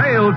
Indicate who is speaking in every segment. Speaker 1: Tales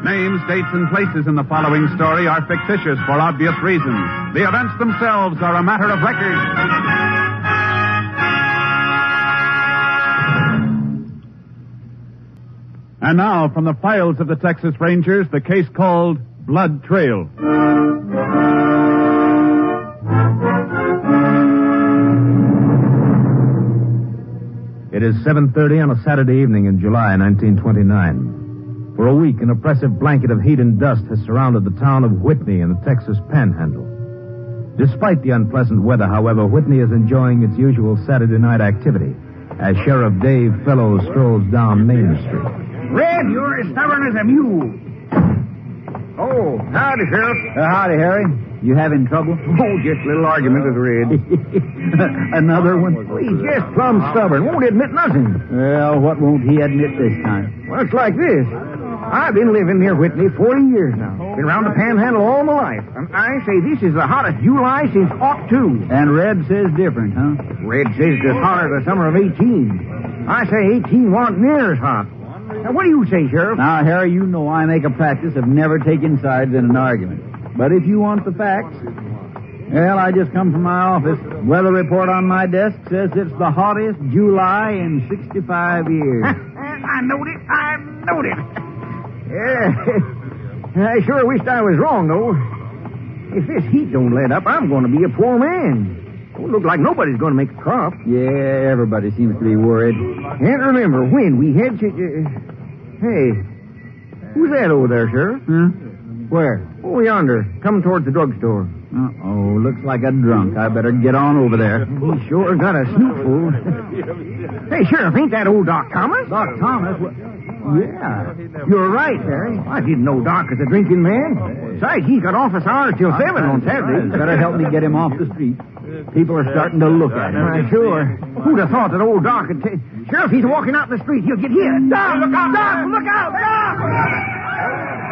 Speaker 1: Names, dates, and places in the following story are fictitious for obvious reasons. The events themselves are a matter of record. And now, from the files of the Texas Rangers, the case called Blood Trail.
Speaker 2: It is 7:30 on a Saturday evening in July 1929. For a week, an oppressive blanket of heat and dust has surrounded the town of Whitney in the Texas Panhandle. Despite the unpleasant weather, however, Whitney is enjoying its usual Saturday night activity as Sheriff Dave Fellows strolls down Main Street.
Speaker 1: Red, you're as stubborn as a mule. Oh, howdy, Sheriff. Uh, howdy, Harry. You having trouble? Oh, just a little argument with Red. Another one? he's just plumb stubborn. Won't admit nothing. Well, what won't he admit this time? Well, it's like this. I've been living near Whitney 40 years now. Been around the panhandle all my life. And I say this is the hottest July since ought to. And Red says different, huh? Red says it's as hot as the summer of 18. I say 18 wasn't near as hot. Now, what do you say, Sheriff? Now, Harry, you know I make a practice of never taking sides in an argument. But if you want the facts. Well, I just come from my office. Weather report on my desk says it's the hottest July in 65 years.
Speaker 3: I knowed it. I knowed it.
Speaker 1: yeah. I sure wished I was wrong, though. If this heat don't let up, I'm going to be a poor man. Don't look like nobody's going to make a crop.
Speaker 2: Yeah, everybody seems to be worried.
Speaker 1: Can't remember when we had such a... Hey, who's that over there, Sheriff?
Speaker 2: Huh? Hmm?
Speaker 1: Where? Oh, yonder. Come towards the drugstore.
Speaker 2: Uh-oh, looks like a drunk. I better get on over there.
Speaker 1: He sure got a snootful. hey, Sheriff, ain't that old Doc Thomas? Doc Thomas? Yeah. You're right, Harry. I didn't know Doc was a drinking man. Besides, he's got office hours till 7 on Saturdays.
Speaker 2: Better help me get him off the street. People are starting to look at him.
Speaker 1: Why, sure. Who'd have thought that old Doc would take... Sheriff, he's walking out in the street. He'll get hit. Doc! Look out! Doc! Look out! Doc!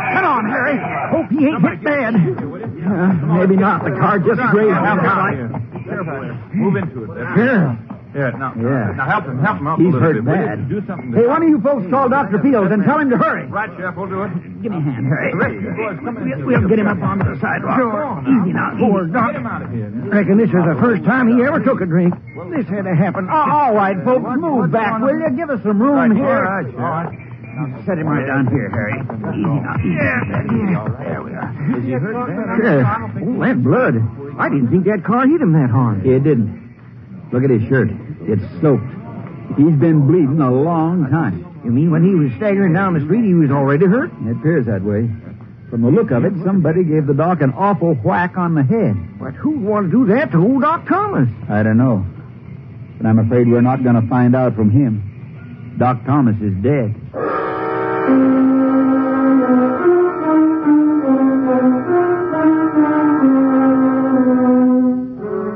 Speaker 1: Come on, Harry. Hope he ain't hit bad. Uh, maybe not. The car just grazed him.
Speaker 4: Move into it. There.
Speaker 1: Yeah.
Speaker 4: Yeah, now,
Speaker 2: Yeah.
Speaker 4: now help him, help him up a
Speaker 2: He's
Speaker 4: little
Speaker 2: hurt
Speaker 4: bit. will you?
Speaker 2: bad.
Speaker 4: Do something.
Speaker 1: Hey, one of you folks call Dr. Fields and tell him to hurry.
Speaker 4: Right, Sheriff, we'll do it.
Speaker 1: Give me a hand, Harry.
Speaker 4: Hey, boys, come in.
Speaker 1: We'll get him up onto the sidewalk. Sure. Easy now. Poor
Speaker 4: Get
Speaker 1: Doc.
Speaker 4: him out of here. now.
Speaker 1: Reckon this is the first time he ever took a drink. This had to happen. Oh, all right, folks, move back, will you? Give us some room
Speaker 4: Right,
Speaker 1: here.
Speaker 4: all right, all right.
Speaker 1: Set him right down here, Harry. Easy now. Yeah. There we are. Sheriff, oh, that blood. I didn't think that car hit him that hard.
Speaker 2: It didn't. Look at his shirt. It's soaked. He's been bleeding a long time.
Speaker 1: You mean when he was staggering down the street, he was already hurt?
Speaker 2: It appears that way. From the look of it, somebody gave the doc an awful whack on the head.
Speaker 1: But who'd want to do that to old Doc Thomas?
Speaker 2: I don't know. But I'm afraid we're not going to find out from him. Doc Thomas is dead.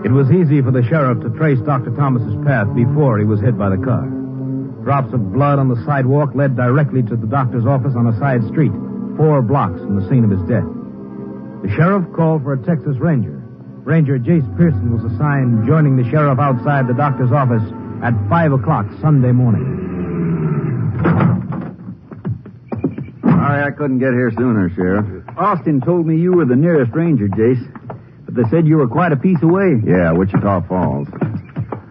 Speaker 2: It was easy for the sheriff to trace Dr. Thomas's path before he was hit by the car. Drops of blood on the sidewalk led directly to the doctor's office on a side street, four blocks from the scene of his death. The sheriff called for a Texas Ranger. Ranger Jace Pearson was assigned joining the sheriff outside the doctor's office at 5 o'clock Sunday morning. Sorry I couldn't get here sooner, Sheriff. Austin told me you were the nearest ranger, Jace. But they said you were quite a piece away. Yeah, Wichita Falls.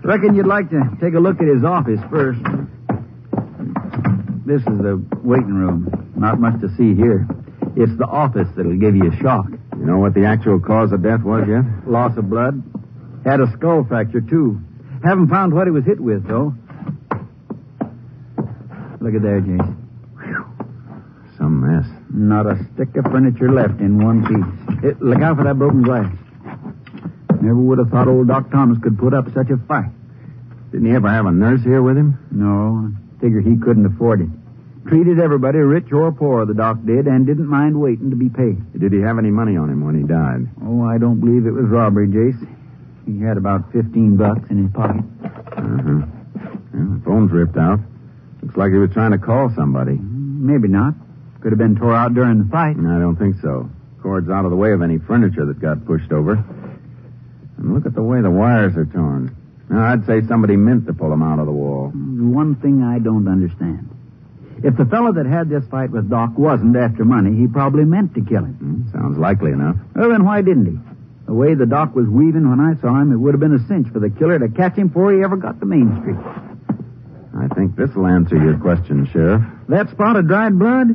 Speaker 2: Reckon you'd like to take a look at his office first.
Speaker 1: this is the waiting room. Not much to see here. It's the office that'll give you a shock.
Speaker 5: You know what the actual cause of death was yet?
Speaker 1: Loss of blood. Had a skull fracture, too. Haven't found what he was hit with, though. Look at there, Jason.
Speaker 5: Some mess.
Speaker 1: Not a stick of furniture left in one piece. It, look out for that broken glass. Never would have thought old Doc Thomas could put up such a fight.
Speaker 5: Didn't he ever have a nurse here with him?
Speaker 1: No, I figure he couldn't afford it. Treated everybody, rich or poor, the doc did, and didn't mind waiting to be paid.
Speaker 5: Did he have any money on him when he died?
Speaker 1: Oh, I don't believe it was robbery, Jace. He had about 15 bucks in his pocket.
Speaker 5: Uh-huh. Yeah, the phone's ripped out. Looks like he was trying to call somebody.
Speaker 1: Mm, Maybe not. Could have been tore out during the fight.
Speaker 5: I don't think so. Cord's out of the way of any furniture that got pushed over. And look at the way the wires are torn. Now, I'd say somebody meant to pull him out of the wall.
Speaker 1: One thing I don't understand. If the fellow that had this fight with Doc wasn't after money, he probably meant to kill him.
Speaker 5: Hmm, sounds likely enough.
Speaker 1: Well, then why didn't he? The way the doc was weaving when I saw him, it would have been a cinch for the killer to catch him before he ever got to Main Street.
Speaker 5: I think this'll answer your question, Sheriff.
Speaker 1: That spot of dried blood?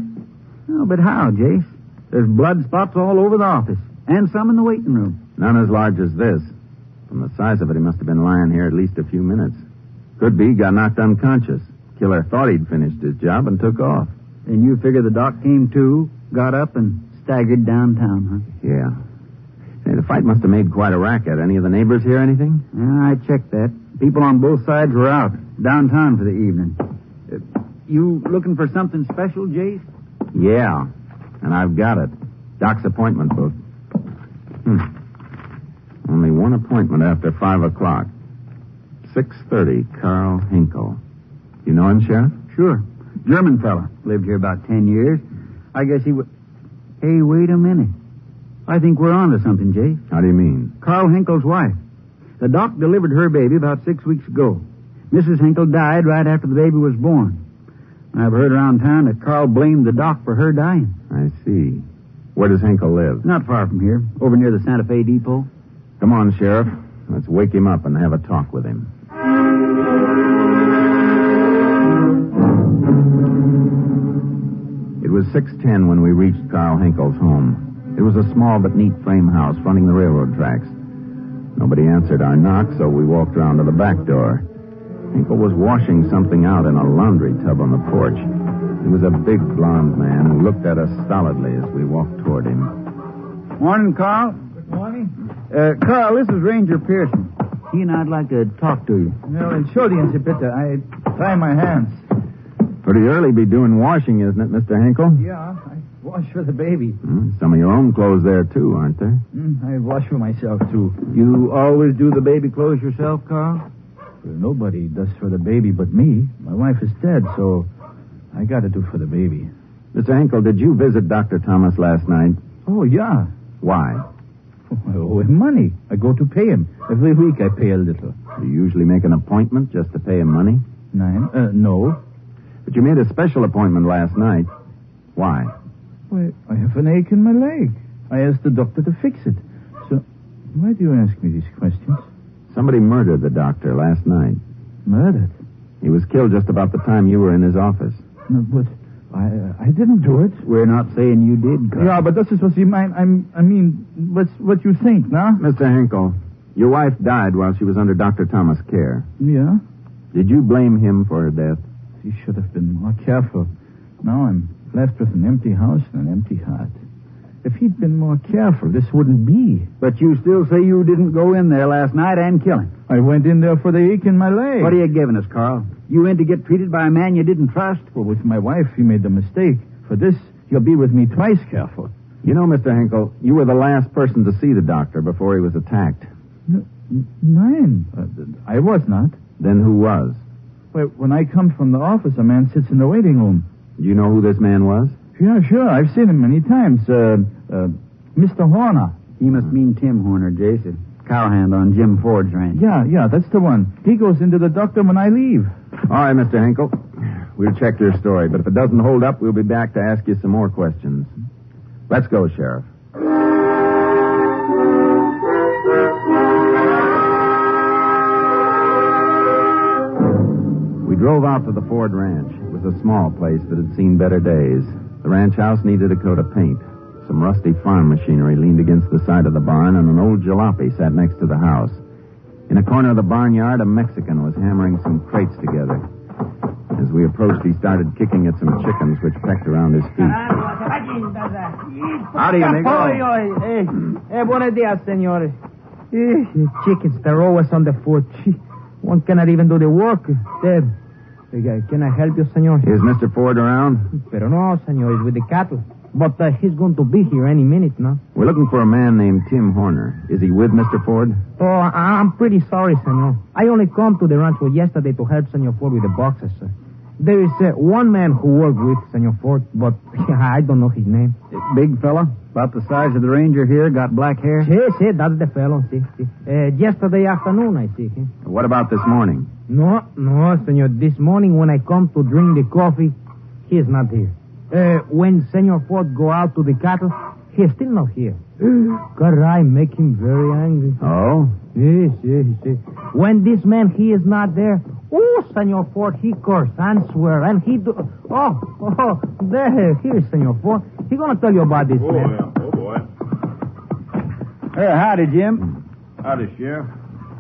Speaker 1: No, but how, Jace? There's blood spots all over the office, and some in the waiting room.
Speaker 5: None as large as this. From the size of it, he must have been lying here at least a few minutes. Could be he got knocked unconscious. Killer thought he'd finished his job and took off.
Speaker 1: And you figure the doc came to, got up, and staggered downtown,
Speaker 5: Yeah. Say, the fight must have made quite a racket. Any of the neighbors hear anything?
Speaker 1: huh? Yeah, I checked that. People on both sides were out, downtown for the evening. Uh, you looking for something special, Jace?
Speaker 5: Yeah. And I've got it. Doc's appointment book. Hmm. Only one appointment after five o'clock. Six thirty, Carl Hinkle. You know him, Sheriff?
Speaker 1: Sure. German fella. Lived here about ten years. I guess he would. Hey, wait a minute. I think we're on to something, Jay.
Speaker 5: How do you mean?
Speaker 1: Carl Henkel's wife. The doc delivered her baby about six weeks ago. Mrs. Henkel died right after the baby was born. I've heard around town that Carl blamed the doc for her dying.
Speaker 5: I see. Where does Hinkle live?
Speaker 1: Not far from here, over near the Santa Fe Depot.
Speaker 5: Come on, Sheriff. Let's wake him up and have a talk with him. It was 6:10 when we reached Carl Hinkle's home. It was a small but neat frame house fronting the railroad tracks. Nobody answered our knock, so we walked round to the back door. Hinkle was washing something out in a laundry tub on the porch. He was a big blond man who looked at us stolidly as we walked toward him.
Speaker 1: Morning, Carl.
Speaker 4: Good morning.
Speaker 1: Uh, Carl, this is Ranger Pearson. He and I'd like to talk to you.
Speaker 4: No, entschuldigen Sie bitte. I tie my hands.
Speaker 5: Pretty early be doing washing, isn't it, Mr. Hinkle?
Speaker 4: Yeah, I wash for the baby.
Speaker 5: Hmm, Some of your own clothes there, too, aren't there?
Speaker 4: Mm, I wash for myself, too.
Speaker 1: You always do the baby clothes yourself, Carl?
Speaker 4: Nobody does for the baby but me. My wife is dead, so I gotta do for the baby.
Speaker 5: Mr. Hinkle, did you visit Dr. Thomas last night?
Speaker 4: Oh, yeah.
Speaker 5: Why?
Speaker 4: I owe him money. I go to pay him. Every week I pay a little.
Speaker 5: You usually make an appointment just to pay him money.
Speaker 4: Nine? Uh, no.
Speaker 5: But you made a special appointment last night. Why?
Speaker 4: Why, I have an ache in my leg. I asked the doctor to fix it. So, why do you ask me these questions?
Speaker 5: Somebody murdered the doctor last night.
Speaker 4: Murdered?
Speaker 5: He was killed just about the time you were in his office.
Speaker 4: No, but I, I didn't do it.
Speaker 1: We're not saying you did, Carl.
Speaker 4: Yeah, but this is what you mean. I'm, I mean, what's what you think, now?
Speaker 5: Mr. Hinkle, your wife died while she was under Dr. Thomas' care.
Speaker 4: Yeah.
Speaker 5: Did you blame him for her death?
Speaker 4: You should have been more careful. Now I'm left with an empty house and an empty heart. If he'd been more careful, this wouldn't be.
Speaker 1: But you still say you didn't go in there last night and kill him.
Speaker 4: I went in there for the ache in my leg.
Speaker 1: What are you giving us, Carl? You in to get treated by a man you didn't trust?
Speaker 4: Well, with my wife, he made the mistake. For this, you'll be with me twice careful.
Speaker 5: You know, Mr. Hinkle, you were the last person to see the doctor before he was attacked.
Speaker 4: N- Nein, uh, I was not.
Speaker 5: Then who was?
Speaker 4: Well, when I come from the office, a man sits in the waiting room.
Speaker 5: Do you know who this man was?
Speaker 4: Yeah, sure, I've seen him many times. Uh, uh, Mr. Horner.
Speaker 1: He must mean Tim Horner, Jason. Cowhand on Jim Ford's ranch.
Speaker 4: Yeah, yeah, that's the one. He goes into the doctor when I leave.
Speaker 5: All right, Mr. Hinkle. We'll check your story, but if it doesn't hold up, we'll be back to ask you some more questions. Let's go, Sheriff. We drove out to the Ford Ranch. It was a small place that had seen better days. The ranch house needed a coat of paint. Some rusty farm machinery leaned against the side of the barn, and an old jalopy sat next to the house. In a corner of the barnyard, a Mexican was hammering some crates together. As we approached, he started kicking at some chickens which pecked around his feet. Howdy,
Speaker 1: Oh,
Speaker 5: amigo.
Speaker 6: Eh, buenos dias, senores. Eh, the chickens, they're always on the foot. Gee, One cannot even do the work. There. Eh, Can I help you, senor?
Speaker 5: Is Mr. Ford around?
Speaker 6: Pero no, senor, it's with the cattle. But uh, he's going to be here any minute, no?
Speaker 5: We're looking for a man named Tim Horner. Is he with Mr. Ford?
Speaker 6: Oh, I- I'm pretty sorry, senor. I only come to the rancho yesterday to help senor Ford with the boxes, sir. There is uh, one man who worked with senor Ford, but I don't know his name.
Speaker 1: Big fella, about the size of the ranger here, got black hair.
Speaker 6: Sí, sí, that's the fellow, sí, sí. Uh, yesterday afternoon, I see him.
Speaker 5: What about this morning?
Speaker 6: No, no, senor. This morning when I come to drink the coffee, he is not here. Uh, when Senor Ford go out to the cattle, he is still not here. Caray, make him very angry.
Speaker 5: Oh?
Speaker 6: Yes, yes, yes. When this man, he is not there. Oh, Senor Ford, he curse and swear, and he do... Oh, oh, there, here is Senor Ford. He gonna tell you about this man.
Speaker 7: Oh, boy.
Speaker 1: Hey, howdy, Jim.
Speaker 7: Howdy, Sheriff.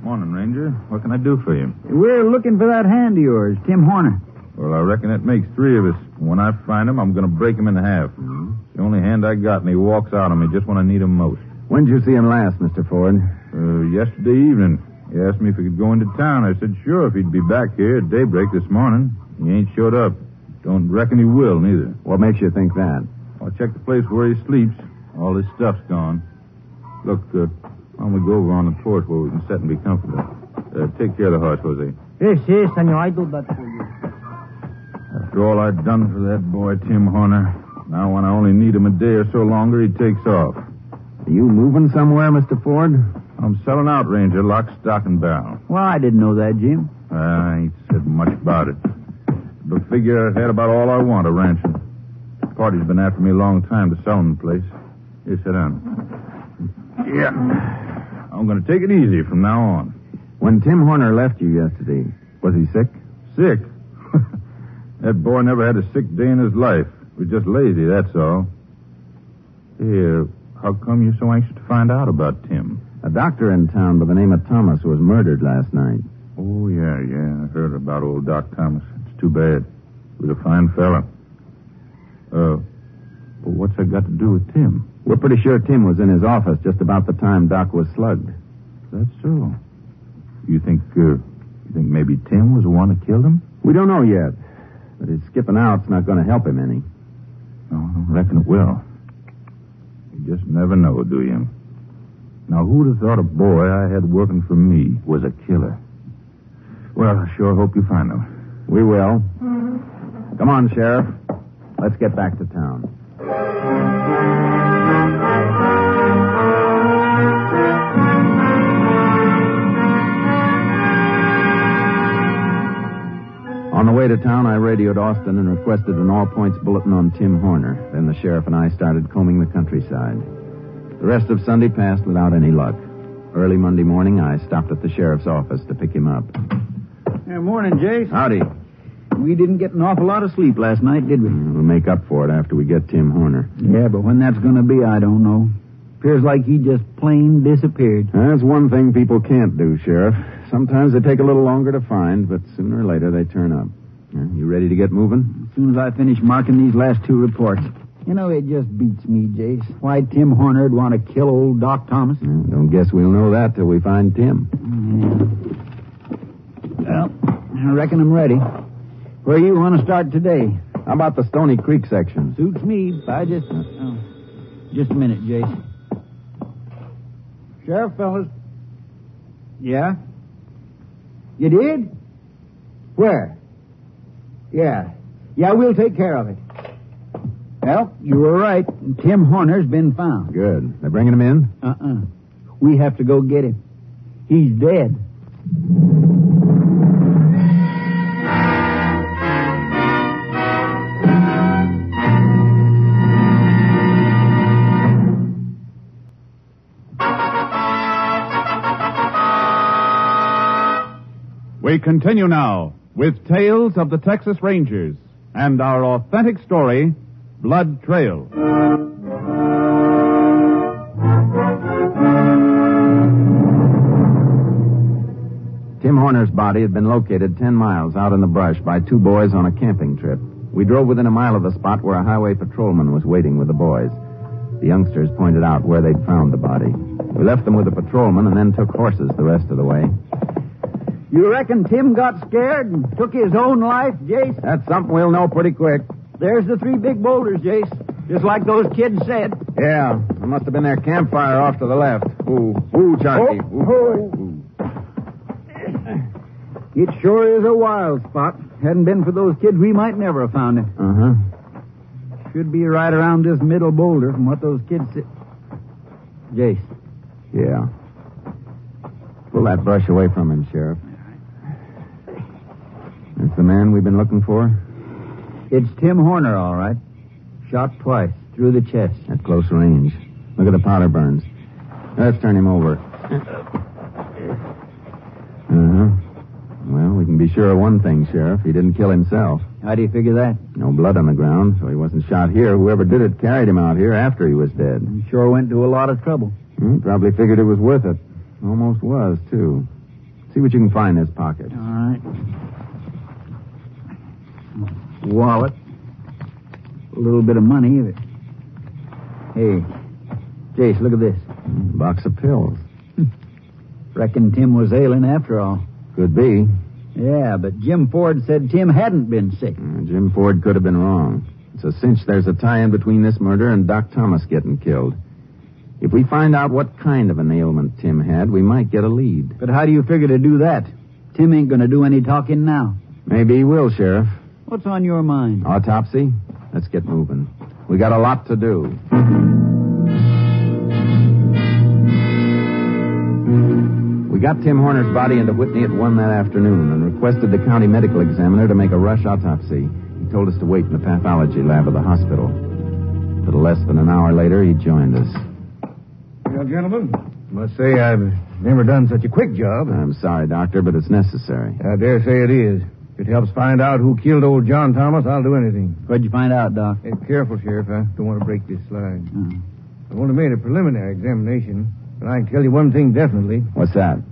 Speaker 7: Morning, Ranger. What can I do for you?
Speaker 1: We're looking for that hand of yours, Tim Horner.
Speaker 7: Well, I reckon that makes three of us. When I find him, I'm going to break him in half.
Speaker 5: Hmm?
Speaker 7: It's the only hand I got, and he walks out on me just when I need him most.
Speaker 5: When did you see him last, Mr. Ford?
Speaker 7: Uh, yesterday evening, he asked me if he could go into town. I said sure if he'd be back here at daybreak this morning. He ain't showed up. Don't reckon he will, neither.
Speaker 5: What makes you think that?
Speaker 7: I'll check the place where he sleeps. All his stuff's gone. Look, uh, why don't we go over on the porch where we can sit and be comfortable? Uh, take care of the horse, Jose.
Speaker 6: Yes, yes, Eh, Senor, I do that for you.
Speaker 7: After all I've done for that boy, Tim Horner, now when I only need him a day or so longer, he takes off.
Speaker 5: Are you moving somewhere, Mr. Ford?
Speaker 7: I'm selling out, Ranger, lock, stock, and barrel.
Speaker 1: Well, I didn't know that, Jim.
Speaker 7: I ain't said much about it. But figure I had about all I want of ranching. Party's been after me a long time to sell him the place. Here, sit down. Yeah. I'm going to take it easy from now on.
Speaker 5: When Tim Horner left you yesterday, was he sick?
Speaker 7: Sick? that boy never had a sick day in his life. Was just lazy, that's all. Here, how come you're so anxious to find out about Tim?
Speaker 5: A doctor in town by the name of Thomas was murdered last night.
Speaker 7: Oh, yeah, yeah. I heard about old Doc Thomas. It's too bad. He was a fine fella. Uh, but what's that got to do with Tim?
Speaker 5: We're pretty sure Tim was in his office just about the time Doc was slugged.
Speaker 7: That's so. You think, uh, you think maybe Tim was the one that killed him?
Speaker 5: We don't know yet, but his skipping out's not going to help him any.
Speaker 7: No, I don't reckon it will. You just never know, do you? Now, who'd have thought a boy I had working for me was a killer? Well, I sure hope you find him.
Speaker 5: We will. Come on, Sheriff. Let's get back to town. On the way to town, I radioed Austin and requested an all points bulletin on Tim Horner. Then the sheriff and I started combing the countryside. The rest of Sunday passed without any luck. Early Monday morning, I stopped at the sheriff's office to pick him up.
Speaker 1: Yeah, morning, Jace.
Speaker 5: Howdy.
Speaker 1: We didn't get an awful lot of sleep last night, did we?
Speaker 5: We'll make up for it after we get Tim Horner.
Speaker 1: Yeah, but when that's going to be, I don't know. Appears like he just plain disappeared.
Speaker 5: That's one thing people can't do, Sheriff. Sometimes they take a little longer to find, but sooner or later they turn up. Uh, You ready to get moving?
Speaker 1: As soon as I finish marking these last two reports. You know, it just beats me, Jace, why Tim Horner would want to kill old Doc Thomas.
Speaker 5: Uh, Don't guess we'll know that till we find Tim.
Speaker 1: Well, I reckon I'm ready. Where you want to start today?
Speaker 5: How about the Stony Creek section?
Speaker 1: Suits me. If I just. Oh, just a minute, Jace. Sheriff, fellas. Yeah? You did? Where? Yeah. Yeah, we'll take care of it. Well, you were right. Tim Horner's been found.
Speaker 5: Good. They're bringing him in?
Speaker 1: Uh uh We have to go get him. He's dead.
Speaker 8: We continue now with Tales of the Texas Rangers, and our authentic story, Blood Trail.
Speaker 5: Tim Horner's body had been located 10 miles out in the brush by two boys on a camping trip. We drove within a mile of the spot where a highway patrolman was waiting with the boys. The youngsters pointed out where they'd found the body. We left them with the patrolman and then took horses the rest of the way.
Speaker 9: You reckon Tim got scared and took his own life, Jace?
Speaker 5: That's something we'll know pretty quick.
Speaker 9: There's the three big boulders, Jace. Just like those kids said.
Speaker 5: Yeah, it must have been their campfire off to the left. Ooh, ooh, Charlie.
Speaker 9: Oh, oh. It sure is a wild spot. Hadn't been for those kids, we might never have found it.
Speaker 5: Uh huh. Uh-huh.
Speaker 9: Should be right around this middle boulder from what those kids said. Jace.
Speaker 5: Yeah. Pull that brush away from him, Sheriff. It's the man we've been looking for.
Speaker 10: It's Tim Horner, all right. Shot twice through the chest.
Speaker 5: At close range. Look at the powder burns. Let's turn him over. Uh huh. Well, we can be sure of one thing, Sheriff. He didn't kill himself.
Speaker 10: How do you figure that?
Speaker 5: No blood on the ground, so he wasn't shot here. Whoever did it carried him out here after he was dead.
Speaker 10: He sure went to a lot of trouble.
Speaker 5: Hmm, probably figured it was worth it. Almost was, too. See what you can find in his pocket.
Speaker 10: All right. Wallet. A little bit of money. But... Hey, Jace, look at this.
Speaker 5: Box of pills.
Speaker 10: Reckon Tim was ailing after all.
Speaker 5: Could be.
Speaker 10: Yeah, but Jim Ford said Tim hadn't been sick.
Speaker 5: Uh, Jim Ford could have been wrong. It's a cinch there's a tie in between this murder and Doc Thomas getting killed. If we find out what kind of an ailment Tim had, we might get a lead.
Speaker 10: But how do you figure to do that? Tim ain't going to do any talking now.
Speaker 5: Maybe he will, Sheriff.
Speaker 10: What's on your mind?
Speaker 5: Autopsy? Let's get moving. We got a lot to do. We got Tim Horner's body into Whitney at 1 that afternoon and requested the county medical examiner to make a rush autopsy. He told us to wait in the pathology lab of the hospital. A little less than an hour later, he joined us.
Speaker 1: Well, gentlemen, must say I've never done such a quick job.
Speaker 5: I'm sorry, Doctor, but it's necessary.
Speaker 1: I dare say it is. If it helps find out who killed old John Thomas, I'll do anything.
Speaker 10: What'd you find out, Doc? Uh-huh.
Speaker 1: Hey, careful, Sheriff. I don't want to break this slide. Oh. I've only made a preliminary examination, but I can tell you one thing definitely.
Speaker 5: What's that?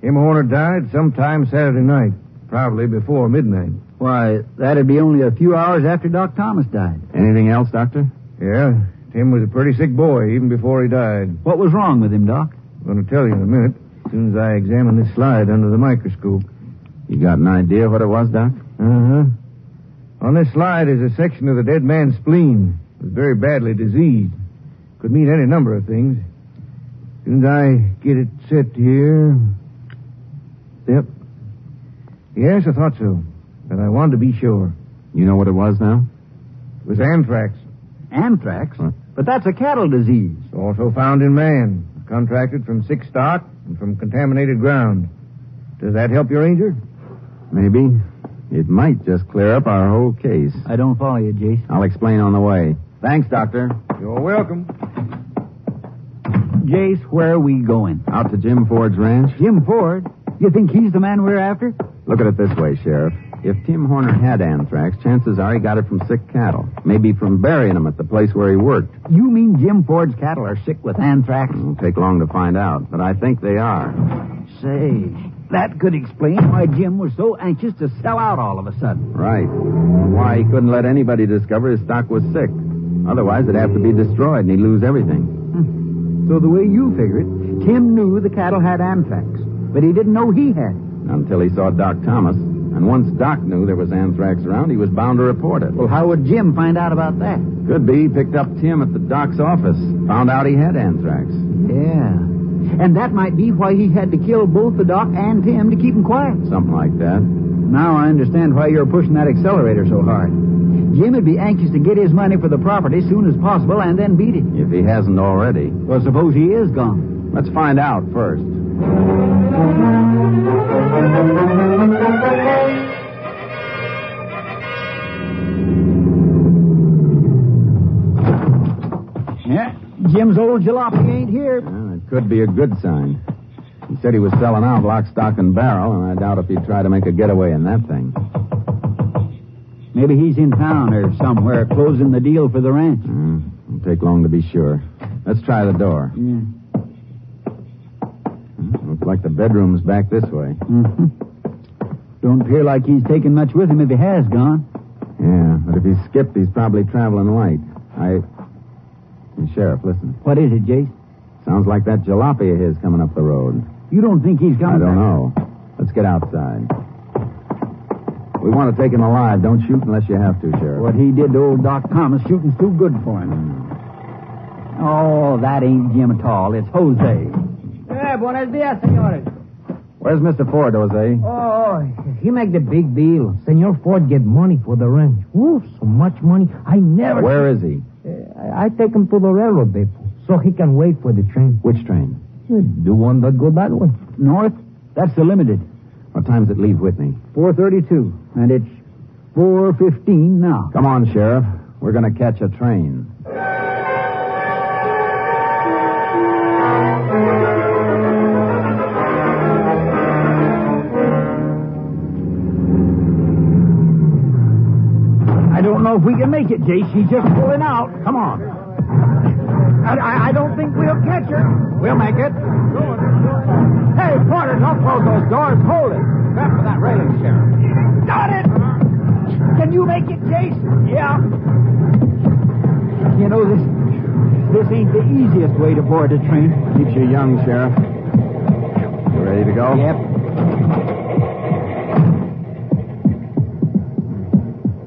Speaker 1: Tim Horner died sometime Saturday night, probably before midnight.
Speaker 10: Why, that'd be only a few hours after Doc Thomas died.
Speaker 5: Anything else, Doctor?
Speaker 1: Yeah. Tim was a pretty sick boy even before he died.
Speaker 10: What was wrong with him, Doc?
Speaker 1: I'm going to tell you in a minute, as soon as I examine this slide under the microscope.
Speaker 5: You got an idea what it was, Doc?
Speaker 1: Uh huh. On this slide is a section of the dead man's spleen. It was very badly diseased. Could mean any number of things. As soon as I get it set here. Yep. Yes, I thought so. But I wanted to be sure.
Speaker 5: You know what it was now?
Speaker 1: It was anthrax.
Speaker 10: Anthrax? Huh? But that's a cattle disease.
Speaker 1: It's also found in man. Contracted from sick stock and from contaminated ground. Does that help your Ranger?
Speaker 5: Maybe. It might just clear up our whole case.
Speaker 10: I don't follow you, Jace.
Speaker 5: I'll explain on the way. Thanks, Doctor.
Speaker 1: You're welcome.
Speaker 10: Jace, where are we going?
Speaker 5: Out to Jim Ford's ranch.
Speaker 10: Jim Ford? You think he's the man we're after?
Speaker 5: Look at it this way, Sheriff. If Tim Horner had anthrax, chances are he got it from sick cattle. Maybe from burying them at the place where he worked.
Speaker 10: You mean Jim Ford's cattle are sick with anthrax?
Speaker 5: It'll take long to find out, but I think they are.
Speaker 10: Say, that could explain why Jim was so anxious to sell out all of a sudden.
Speaker 5: Right. Why he couldn't let anybody discover his stock was sick. Otherwise, it'd have to be destroyed and he'd lose everything.
Speaker 10: Hmm. So, the way you figure it, Tim knew the cattle had anthrax, but he didn't know he had it.
Speaker 5: Until he saw Doc Thomas. And once Doc knew there was anthrax around, he was bound to report it.
Speaker 10: Well, how would Jim find out about that?
Speaker 5: Could be he picked up Tim at the doc's office, found out he had anthrax.
Speaker 10: Yeah. And that might be why he had to kill both the doc and Tim to keep him quiet.
Speaker 5: Something like that.
Speaker 10: Now I understand why you're pushing that accelerator so hard. Jim would be anxious to get his money for the property soon as possible and then beat it.
Speaker 5: If he hasn't already.
Speaker 10: Well, suppose he is gone.
Speaker 5: Let's find out first.
Speaker 10: Yeah, Jim's old jalopy ain't here.
Speaker 5: Well, it could be a good sign. He said he was selling out lock, stock, and barrel, and I doubt if he'd try to make a getaway in that thing.
Speaker 1: Maybe he's in town or somewhere closing the deal for the ranch.
Speaker 5: Won't take long to be sure. Let's try the door.
Speaker 1: Yeah.
Speaker 5: Looks like the bedroom's back this way.
Speaker 1: hmm Don't appear like he's taken much with him if he has gone.
Speaker 5: Yeah, but if he skipped, he's probably traveling light. I. Hey, Sheriff, listen.
Speaker 1: What is it, Jase?
Speaker 5: Sounds like that jalopy of his coming up the road.
Speaker 1: You don't think he's
Speaker 5: I
Speaker 1: coming?
Speaker 5: don't
Speaker 1: back?
Speaker 5: know. Let's get outside. We want to take him alive. Don't shoot unless you have to, Sheriff.
Speaker 1: What he did to old Doc Thomas, shooting's too good for him. Oh, that ain't Jim at all. It's Jose.
Speaker 11: Eh, buenos dias, senores.
Speaker 5: Where's Mr. Ford, Jose?
Speaker 11: Oh,
Speaker 6: He make the big deal. Senor Ford get money for the ranch. Ooh, so much money. I never.
Speaker 5: Where is he?
Speaker 6: I, I take him to the railroad depot so he can wait for the train.
Speaker 5: Which train?
Speaker 6: The one that go that way.
Speaker 1: North? That's the limited.
Speaker 5: What time's it leave Whitney?
Speaker 1: 432. And it's 415 now.
Speaker 5: Come on, Sheriff. We're going to catch a train.
Speaker 1: I don't know if we can make it, Jase. She's just pulling out. Come on. I, I, I don't think we'll catch her. We'll make it. Hey, Porter, don't close those doors. Hold it. Grab for that railing, Sheriff. Got it. Can you make it, Jase? Yeah. You know, this this ain't the easiest way to board a train.
Speaker 5: Keeps you young, Sheriff. You ready to go?
Speaker 1: Yep.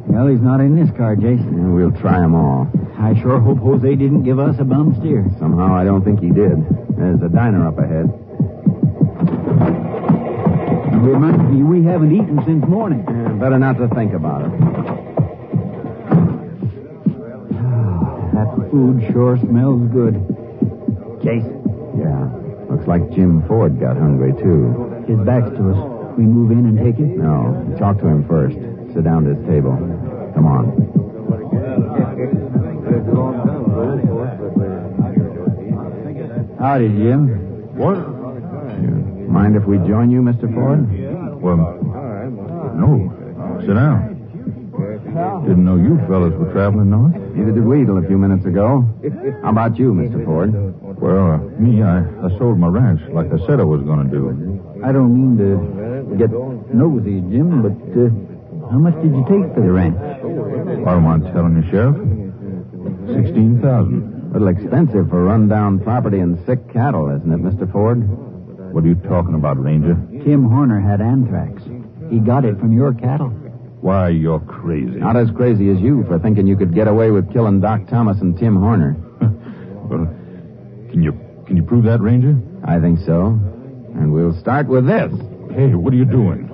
Speaker 1: Well, he's not in this car, Jason.
Speaker 5: We'll try them all.
Speaker 1: I sure hope Jose didn't give us a bum steer.
Speaker 5: Somehow I don't think he did. There's the diner up ahead.
Speaker 1: Reminds me, we haven't eaten since morning.
Speaker 5: Yeah, better not to think about it.
Speaker 1: That food sure smells good. Jason,
Speaker 5: Yeah. Looks like Jim Ford got hungry, too.
Speaker 1: his back's to us. We move in and take him?
Speaker 5: No. Talk to him first. Sit down at his table. Come on.
Speaker 1: Howdy, Jim.
Speaker 7: What?
Speaker 5: Mind if we join you, Mr. Ford?
Speaker 7: Well, no. Sit down. Didn't know you fellas were traveling north.
Speaker 5: Neither did we till a few minutes ago. How about you, Mr. Ford?
Speaker 7: Well, uh, me, I, I sold my ranch like I said I was going to do.
Speaker 1: I don't mean to get nosy, Jim, but uh, how much did you take for the ranch?
Speaker 7: What am I telling you, Sheriff? Sixteen thousand.
Speaker 5: Little expensive for rundown property and sick cattle, isn't it, Mr. Ford?
Speaker 7: What are you talking about, Ranger?
Speaker 1: Tim Horner had anthrax. He got it from your cattle.
Speaker 7: Why, you're crazy.
Speaker 5: Not as crazy as you for thinking you could get away with killing Doc Thomas and Tim Horner.
Speaker 7: Well, can you can you prove that, Ranger?
Speaker 5: I think so. And we'll start with this.
Speaker 7: Hey, what are you doing?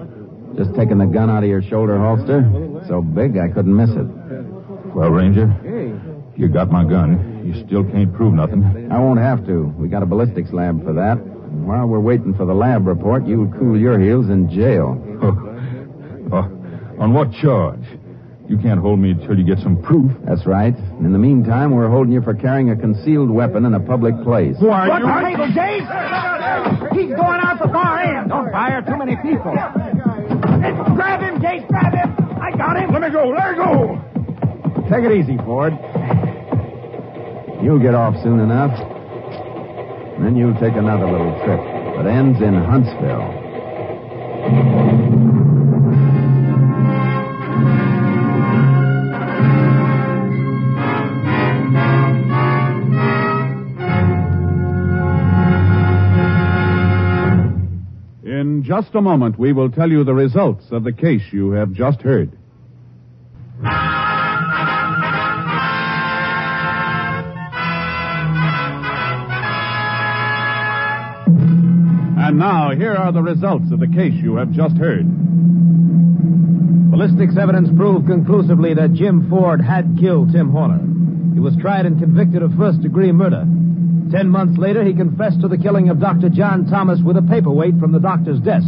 Speaker 5: Just taking the gun out of your shoulder holster. So big I couldn't miss it.
Speaker 7: Well, Ranger, you got my gun. You still can't prove nothing.
Speaker 5: I won't have to. We got a ballistics lab for that. And while we're waiting for the lab report, you'll cool your heels in jail.
Speaker 7: Oh, on what charge? You can't hold me until you get some proof.
Speaker 5: That's right. In the meantime, we're holding you for carrying a concealed weapon in a public place.
Speaker 7: Why,
Speaker 10: What's
Speaker 7: you...
Speaker 10: the table, Jase? He's going out the far end. Don't fire too many people. grab him, Jase. Grab him. I got him. Let me go. Let me go.
Speaker 5: Take it easy, Ford. You'll get off soon enough. And then you'll take another little trip that ends in Huntsville.
Speaker 8: In just a moment, we will tell you the results of the case you have just heard. And now, here are the results of the case you have just heard.
Speaker 2: Ballistics evidence proved conclusively that Jim Ford had killed Tim Horner. He was tried and convicted of first degree murder. Ten months later, he confessed to the killing of Dr. John Thomas with a paperweight from the doctor's desk.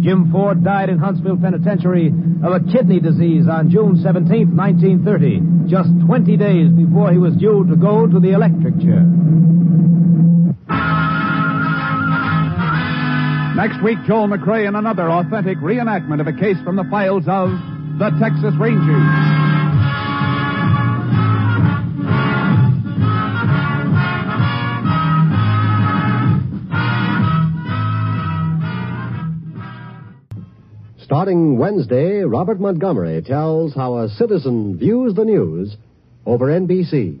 Speaker 2: Jim Ford died in Huntsville Penitentiary of a kidney disease on June 17, 1930, just 20 days before he was due to go to the electric chair.
Speaker 8: Next week, Joel McRae in another authentic reenactment of a case from the files of the Texas Rangers.
Speaker 12: Starting Wednesday, Robert Montgomery tells how a citizen views the news over NBC.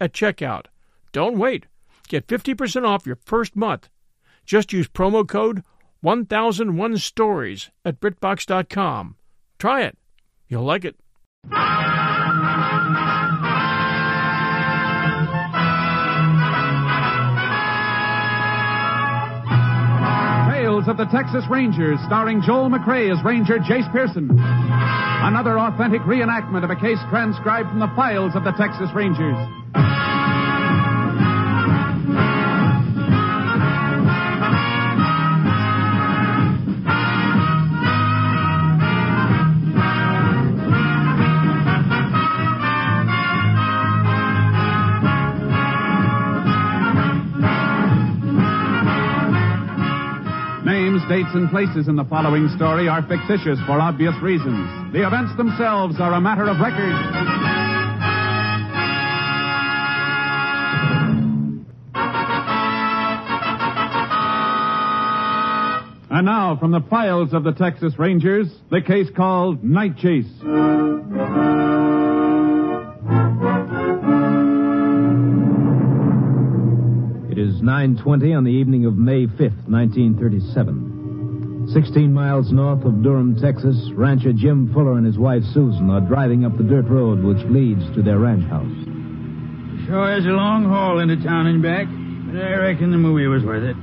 Speaker 13: at checkout. Don't wait. Get 50% off your first month. Just use promo code 1001Stories at BritBox.com. Try it. You'll like it.
Speaker 8: Tales of the Texas Rangers, starring Joel McRae as Ranger Jace Pearson. Another authentic reenactment of a case transcribed from the files of the Texas Rangers. Names, dates, and places in the following story are fictitious for obvious reasons. The events themselves are a matter of record. And now, from the files of the Texas Rangers, the case called Night Chase.
Speaker 2: It is 9:20 on the evening of May 5th, 1937. 16 miles north of Durham, Texas, rancher Jim Fuller and his wife Susan are driving up the dirt road which leads to their ranch house.
Speaker 10: Sure is a long haul into town and back, but I reckon the movie was worth it.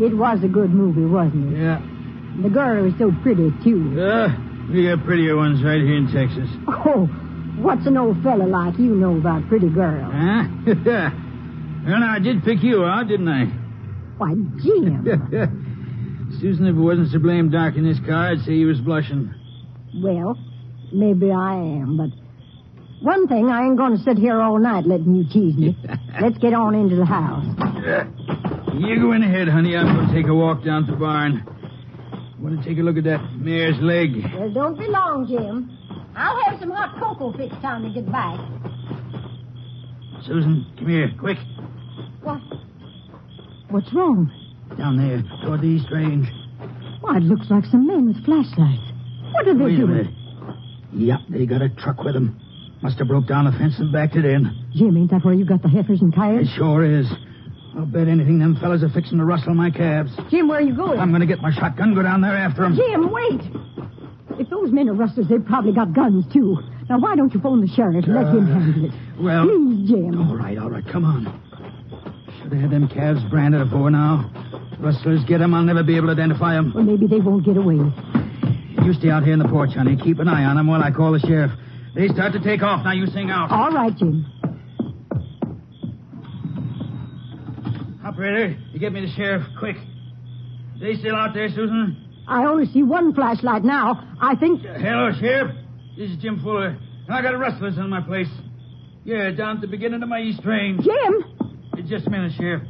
Speaker 14: It was a good movie, wasn't it?
Speaker 10: Yeah.
Speaker 14: The girl was so pretty, too.
Speaker 10: Uh, we got prettier ones right here in Texas.
Speaker 14: Oh, what's an old fella like you know about pretty girls?
Speaker 10: Huh? well, now, I did pick you out, didn't I?
Speaker 14: Why, Jim.
Speaker 10: Susan, if it wasn't so blame dark in this car, I'd say you was blushing.
Speaker 14: well, maybe I am, but one thing, I ain't going to sit here all night letting you tease me. Let's get on into the house.
Speaker 10: You go in ahead, honey. I'm going to take a walk down to the barn. I want to take a look at that mare's leg.
Speaker 14: Well, don't be long, Jim. I'll have some hot cocoa fixed time to get back.
Speaker 10: Susan, come here, quick.
Speaker 14: What? What's wrong?
Speaker 10: Down there, toward the east range.
Speaker 14: Why, it looks like some men with flashlights. What are they
Speaker 10: Wait a
Speaker 14: doing?
Speaker 10: minute. Yep, they got a truck with them. Must have broke down the fence and backed it in.
Speaker 14: Jim, ain't that where you got the heifers and coyotes?
Speaker 10: It sure is. I'll bet anything them fellas are fixing to rustle my calves.
Speaker 14: Jim, where are you going?
Speaker 10: I'm going to get my shotgun, go down there after 'em.
Speaker 14: Jim, wait! If those men are rustlers, they've probably got guns, too. Now, why don't you phone the sheriff and let him
Speaker 10: Uh,
Speaker 14: handle it?
Speaker 10: Well-
Speaker 14: Please, Jim.
Speaker 10: All right, all right, come on. Should have had them calves branded afore now. Rustlers get 'em, I'll never be able to identify 'em.
Speaker 14: Well, maybe they won't get away.
Speaker 10: You stay out here in the porch, honey. Keep an eye on 'em while I call the sheriff. They start to take off. Now you sing out.
Speaker 14: All right, Jim.
Speaker 10: Operator, you get me the sheriff, quick. They still out there, Susan?
Speaker 14: I only see one flashlight now. I think.
Speaker 10: Hello, Sheriff. This is Jim Fuller. I got rustlers in my place. Yeah, down at the beginning of my east range.
Speaker 14: Jim!
Speaker 10: Just a minute, Sheriff.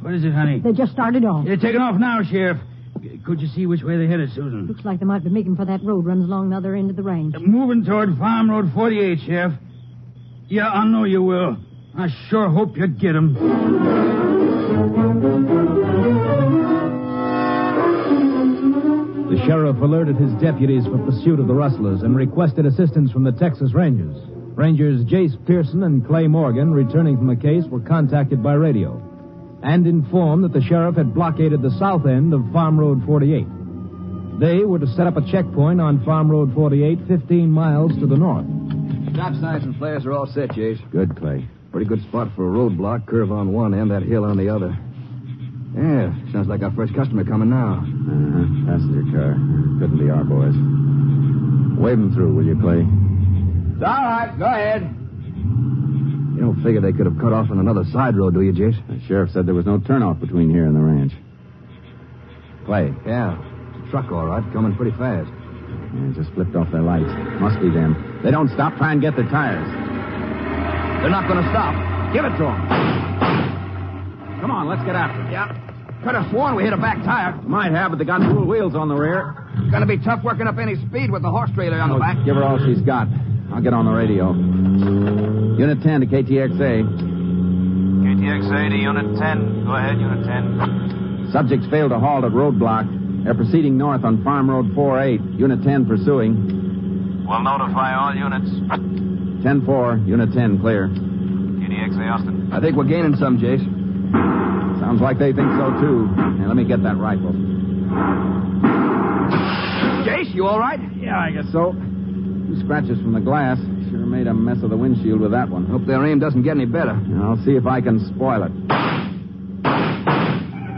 Speaker 10: What is it, honey?
Speaker 14: They just started off.
Speaker 10: They're taking off now, Sheriff. C- Could you see which way they headed, Susan?
Speaker 14: Looks like they might be making for that road runs along the other end of the range.
Speaker 10: Moving toward Farm Road 48, Sheriff. Yeah, I know you will. I sure hope you get 'em.
Speaker 2: The sheriff alerted his deputies for pursuit of the rustlers and requested assistance from the Texas Rangers. Rangers Jace Pearson and Clay Morgan, returning from the case, were contacted by radio and informed that the sheriff had blockaded the south end of Farm Road 48. They were to set up a checkpoint on Farm Road 48, 15 miles to the north.
Speaker 1: Stop signs and flares are all set, Jace.
Speaker 5: Good, Clay.
Speaker 1: Pretty good spot for a roadblock, curve on one end, that hill on the other. Yeah, sounds like our first customer coming now.
Speaker 5: Uh-huh. Passenger car. Couldn't be our boys. Wave them through, will you, Clay?
Speaker 10: It's all right. Go ahead.
Speaker 1: You don't figure they could have cut off on another side road, do you, Jace?
Speaker 5: The sheriff said there was no turnoff between here and the ranch.
Speaker 1: Clay. Yeah. It's a truck, all right, coming pretty fast.
Speaker 5: Yeah, just flipped off their lights. Must be them. They don't stop. Try and get their tires.
Speaker 1: They're not going to stop. Give it to them.
Speaker 10: Come on, let's get after it.
Speaker 1: Yeah. Could have sworn we hit a back tire.
Speaker 5: Might have, but they got dual wheels on the rear. Oh,
Speaker 1: Gonna be tough working up any speed with the horse trailer on the back.
Speaker 5: Give her all she's got. I'll get on the radio. Unit 10 to KTXA.
Speaker 15: KTXA to Unit 10. Go ahead, Unit 10.
Speaker 5: Subjects failed to halt at roadblock. They're proceeding north on Farm Road 48. Unit 10 pursuing.
Speaker 15: We'll notify all units.
Speaker 5: 10 4, Unit 10 clear.
Speaker 15: KTXA Austin.
Speaker 1: I think we're gaining some, Jace.
Speaker 5: Sounds like they think so, too. Now, let me get that rifle.
Speaker 1: Jace, you all right?
Speaker 5: Yeah, I guess so. Two scratches from the glass. Sure made a mess of the windshield with that one.
Speaker 1: Hope their aim doesn't get any better.
Speaker 5: I'll see if I can spoil it.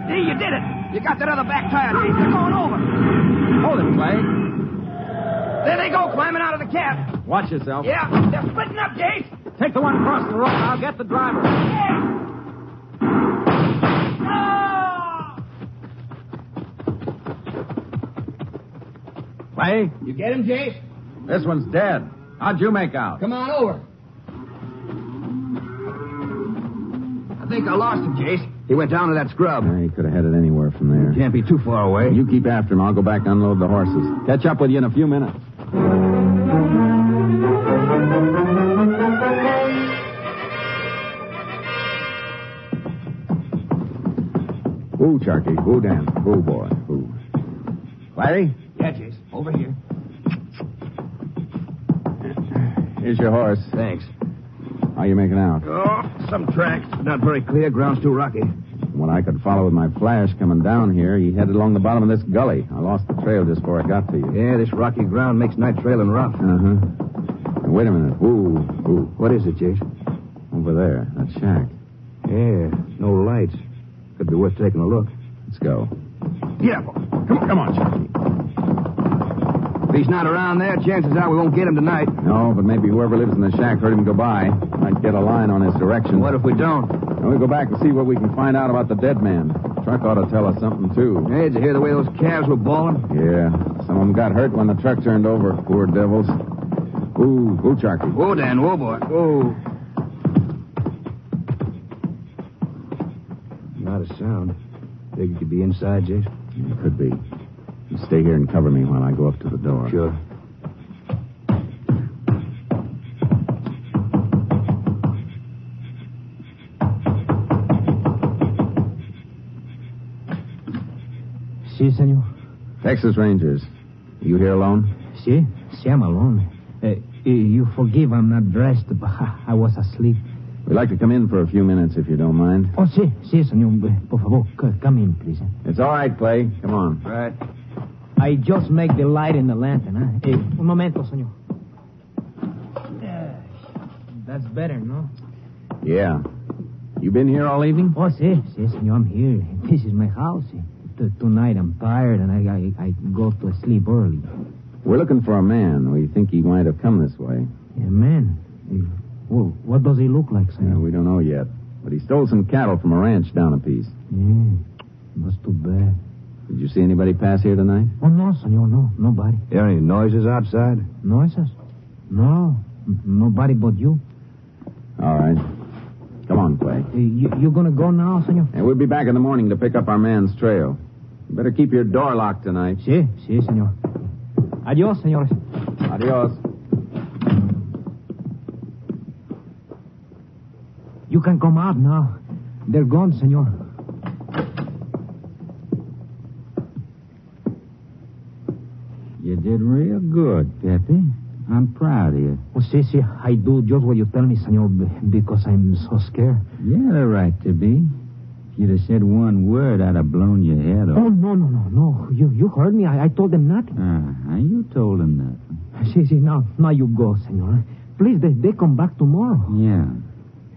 Speaker 10: See, you did it. You got that other back tire, Jace. They're going over.
Speaker 5: Hold it, Clay.
Speaker 10: There they go, climbing out of the cab.
Speaker 5: Watch yourself.
Speaker 10: Yeah, they're splitting up, Jace.
Speaker 16: Take the one across the road. I'll get the driver.
Speaker 10: Yeah.
Speaker 5: Clay,
Speaker 10: You get him, Jace?
Speaker 5: this one's dead. How'd you make out?
Speaker 10: Come on over. I think I lost him, Jace.
Speaker 5: He went down to that scrub. he could have headed anywhere from there.
Speaker 1: Can't be too far away.
Speaker 5: You keep after him. I'll go back and unload the horses. Catch up with you in a few minutes. Boo, Charky. Boo, Dan. Boo, boy. Boo. Larry,
Speaker 10: Yeah, Jace. Over here.
Speaker 5: here's your horse.
Speaker 1: Thanks.
Speaker 5: How you making out?
Speaker 1: Oh, some tracks. Not very clear. Ground's too rocky.
Speaker 5: From What I could follow with my flash coming down here, he headed along the bottom of this gully. I lost the trail just before I got to you.
Speaker 1: Yeah, this rocky ground makes night trailing rough.
Speaker 5: Uh-huh. Now, wait a minute. Ooh, ooh.
Speaker 1: What is it, Jace?
Speaker 5: Over there, that shack.
Speaker 1: Yeah, no lights. Could be worth taking a look.
Speaker 5: Let's go.
Speaker 1: Yeah, come on, come on, Charlie. If he's not around there, chances are we won't get him tonight.
Speaker 5: No, but maybe whoever lives in the shack heard him go by. Might get a line on his direction.
Speaker 1: What if we don't?
Speaker 5: Now we go back and see what we can find out about the dead man. Truck ought to tell us something, too.
Speaker 1: Hey, did you hear the way those calves were bawling?
Speaker 5: Yeah, some of them got hurt when the truck turned over. Poor devils. Ooh, ooh, Charky.
Speaker 1: Whoa, Dan, whoa, boy. Whoa. Not a sound. Think you could be inside, Jace?
Speaker 5: It could be. You stay here and cover me while I go up to the door.
Speaker 1: Sure.
Speaker 6: Si, senor.
Speaker 5: Texas Rangers. You here alone?
Speaker 6: Si? Si, I'm alone. Uh, you forgive I'm not dressed, but I was asleep.
Speaker 5: We'd like to come in for a few minutes if you don't mind.
Speaker 6: Oh, si, si, senor. Eh, Por favor, c- come in, please. eh.
Speaker 5: It's all right, Clay. Come on.
Speaker 1: All right.
Speaker 6: I just make the light in the lantern, huh? Eh, un momento, senor. Eh, That's better, no?
Speaker 5: Yeah. You been here all evening?
Speaker 6: Oh, si, si, senor, I'm here. This is my house. eh. T- tonight I'm tired and I, I, I go to sleep early.
Speaker 5: We're looking for a man. We think he might have come this way.
Speaker 6: Yeah, man. Eh, whoa, what does he look like,
Speaker 5: Uh,
Speaker 6: senor?
Speaker 5: we don't know yet. But he stole some cattle from a ranch down a piece.
Speaker 6: Yeah, that's too bad.
Speaker 5: Did you see anybody pass here tonight?
Speaker 6: Oh, no, senor, no, nobody.
Speaker 1: Hear any noises outside?
Speaker 6: Noises? No, n- nobody but you.
Speaker 5: All right. Come on, Clay.
Speaker 6: Eh, You, you're gonna go now, senor?
Speaker 5: And we'll be back in the morning to pick up our man's trail. You better keep your door locked tonight.
Speaker 6: Si, si, senor. Adios, senores.
Speaker 5: Adios.
Speaker 6: You can come out now. They're gone, senor.
Speaker 17: You did real good, Peppy. I'm proud of you.
Speaker 6: Oh, see, see, I do just what you tell me, senor, b- because I'm so scared.
Speaker 17: You had a right to be. If you'd have said one word, I'd have blown your head
Speaker 6: Oh,
Speaker 17: off.
Speaker 6: no, no, no, no. You you heard me. I, I told them nothing.
Speaker 17: Ah, you told him that.
Speaker 6: See, see, now, now you go, senor. Please, they, they come back
Speaker 1: Oh.
Speaker 6: tomorrow.
Speaker 17: Yeah.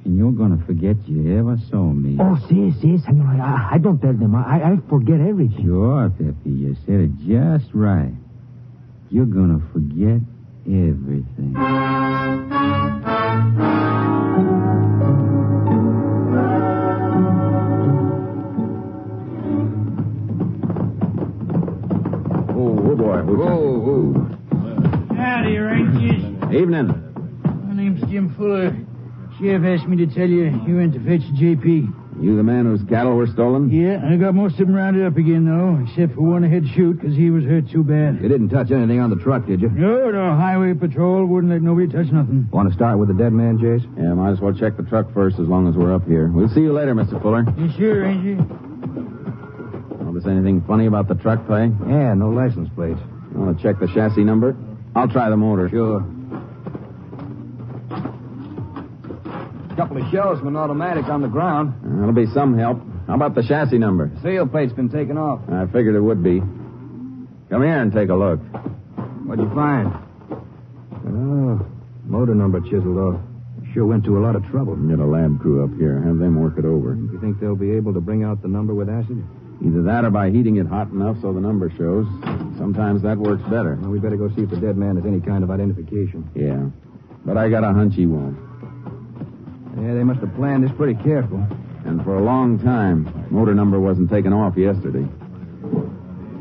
Speaker 17: And you're going to forget you ever saw me.
Speaker 6: Oh, see, see, senor, I, I don't tell them. I, I forget everything.
Speaker 17: Sure, Peppy, you said it just right. You're going to forget everything.
Speaker 5: Oh, oh boy. Whoa, whoa.
Speaker 10: Howdy, Rangers.
Speaker 5: Evening.
Speaker 10: My name's Jim Fuller. Sheriff asked me to tell you you went to fetch JP.
Speaker 5: You the man whose cattle were stolen?
Speaker 10: Yeah, I got most of them rounded up again, though, except for one I had to shoot because he was hurt too bad.
Speaker 5: You didn't touch anything on the truck, did you?
Speaker 10: No, no, Highway Patrol wouldn't let nobody touch nothing.
Speaker 5: Want to start with the dead man, Jace? Yeah, might as well check the truck first as long as we're up here. We'll see you later, Mr. Fuller.
Speaker 10: You sure, Ranger?
Speaker 5: Notice anything funny about the truck, Clay? Yeah, no license plate. You want to check the chassis number? I'll try the motor. Sure.
Speaker 18: Couple of shells from an automatic on the ground.
Speaker 5: That'll Uh, be some help. How about the chassis number?
Speaker 18: Seal plate's been taken off.
Speaker 5: I figured it would be. Come here and take a look.
Speaker 18: What'd you find?
Speaker 5: Oh, motor number chiseled off. Sure went to a lot of trouble. Get a lab crew up here. Have them work it over.
Speaker 4: You think they'll be able to bring out the number with acid?
Speaker 5: Either that or by heating it hot enough so the number shows. Sometimes that works better.
Speaker 4: Well, we better go see if the dead man has any kind of identification.
Speaker 5: Yeah. But I got a hunch he won't.
Speaker 4: Yeah, they must have planned this pretty careful.
Speaker 5: And for a long time, motor number wasn't taken off yesterday.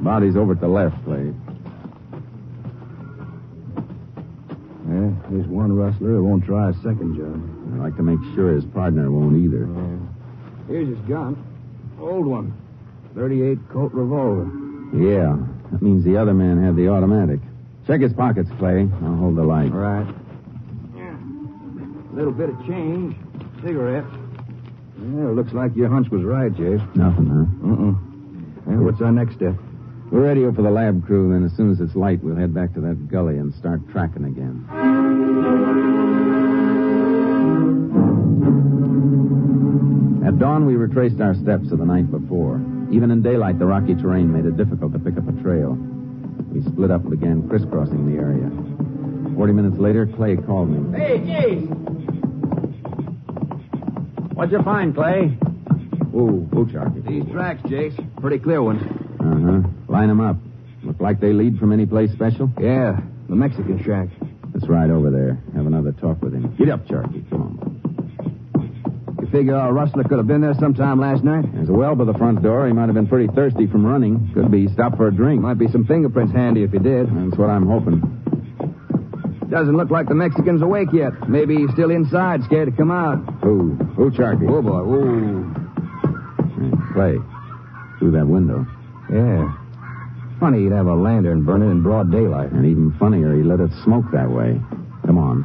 Speaker 5: Body's over at the left, Clay.
Speaker 4: Yeah, there's one rustler who won't try a second job.
Speaker 5: I'd like to make sure his partner won't either.
Speaker 4: Here's his gun. Old one. 38 Colt revolver.
Speaker 5: Yeah. That means the other man had the automatic. Check his pockets, Clay. I'll hold the light. All right.
Speaker 4: Little bit of change. Cigarette. Yeah, looks like your hunch was right, Jace.
Speaker 5: Nothing, huh?
Speaker 4: Uh-uh. Yeah, what's our next step?
Speaker 5: We'll radio for the lab crew, then as soon as it's light, we'll head back to that gully and start tracking again. At dawn, we retraced our steps of the night before. Even in daylight, the rocky terrain made it difficult to pick up a trail. We split up and began crisscrossing the area. Forty minutes later, Clay called me.
Speaker 3: Hey, Jay.
Speaker 5: What'd you find, Clay? Ooh, boot
Speaker 18: These tracks, Jace. Pretty clear ones.
Speaker 5: Uh-huh. Line them up. Look like they lead from any place special?
Speaker 4: Yeah, the Mexican shack.
Speaker 5: Let's ride over there. Have another talk with him. Get up, Charky. Come on.
Speaker 4: You figure our rustler could have been there sometime last night?
Speaker 5: There's a well by the front door. He might have been pretty thirsty from running. Could be stopped for a drink. Might be some fingerprints handy if he did. That's what I'm hoping.
Speaker 4: Doesn't look like the Mexican's awake yet. Maybe he's still inside, scared to come out.
Speaker 5: Who? Who, Charky?
Speaker 4: Oh, boy. Ooh.
Speaker 5: Clay. Through that window.
Speaker 4: Yeah. Funny he'd have a lantern burning in broad daylight.
Speaker 5: And even funnier, he let it smoke that way. Come on.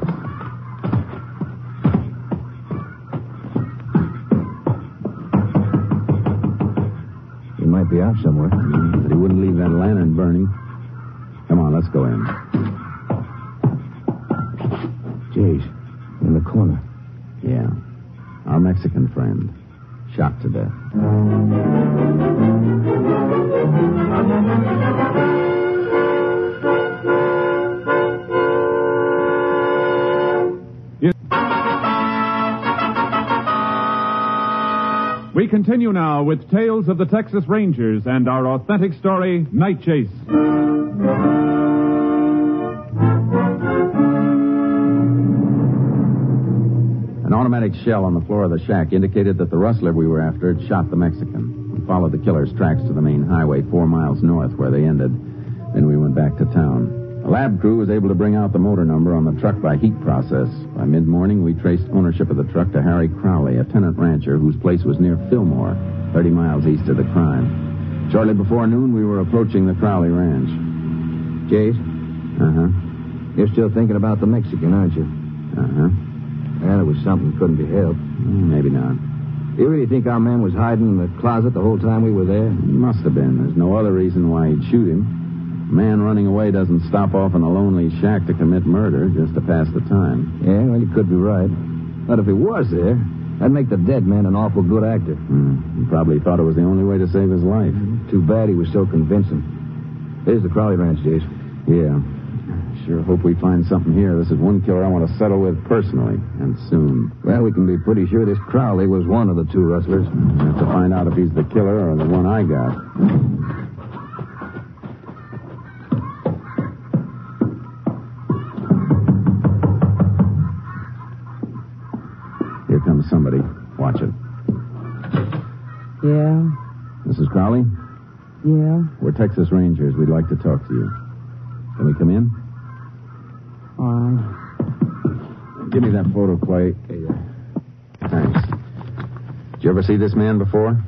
Speaker 4: He might be out somewhere.
Speaker 5: Mm, But he wouldn't leave that lantern burning. Come on, let's go in.
Speaker 4: Jace, in the corner.
Speaker 5: Yeah. Our Mexican friend. Shot to death.
Speaker 8: We continue now with Tales of the Texas Rangers and our authentic story, Night Chase.
Speaker 5: An automatic shell on the floor of the shack indicated that the rustler we were after had shot the Mexican. We followed the killer's tracks to the main highway four miles north where they ended. Then we went back to town. The lab crew was able to bring out the motor number on the truck by heat process. By mid morning, we traced ownership of the truck to Harry Crowley, a tenant rancher whose place was near Fillmore, 30 miles east of the crime. Shortly before noon, we were approaching the Crowley ranch.
Speaker 4: Jace?
Speaker 5: Uh huh.
Speaker 4: You're still thinking about the Mexican, aren't you?
Speaker 5: Uh huh.
Speaker 4: That it was something couldn't be helped.
Speaker 18: Hmm,
Speaker 5: Maybe not.
Speaker 4: You really think our man was hiding in the closet the whole time we were there?
Speaker 5: Must have been. There's no other reason why he'd shoot him. A man running away doesn't stop off in a lonely shack to commit murder just to pass the time.
Speaker 18: Yeah, well, you could be right. But if he was there, that'd make the dead man an awful good actor.
Speaker 1: Hmm.
Speaker 5: He probably thought it was the only way to save his life.
Speaker 18: Too bad he was so convincing. Here's the Crowley Ranch, Jason.
Speaker 5: Yeah. Sure hope we find something here. This is one killer I want to settle with personally, and soon.
Speaker 18: Well, we can be pretty sure this Crowley was one of the two rustlers.
Speaker 5: We have to find out if he's the killer or the one I got. Here comes somebody. Watch it.
Speaker 19: Yeah,
Speaker 5: Mrs. Crowley,
Speaker 19: yeah.
Speaker 5: we're Texas Rangers. We'd like to talk to you. Can we come in?
Speaker 19: All right.
Speaker 5: Give me that photo, Clay. Thanks. Did you ever see this man before?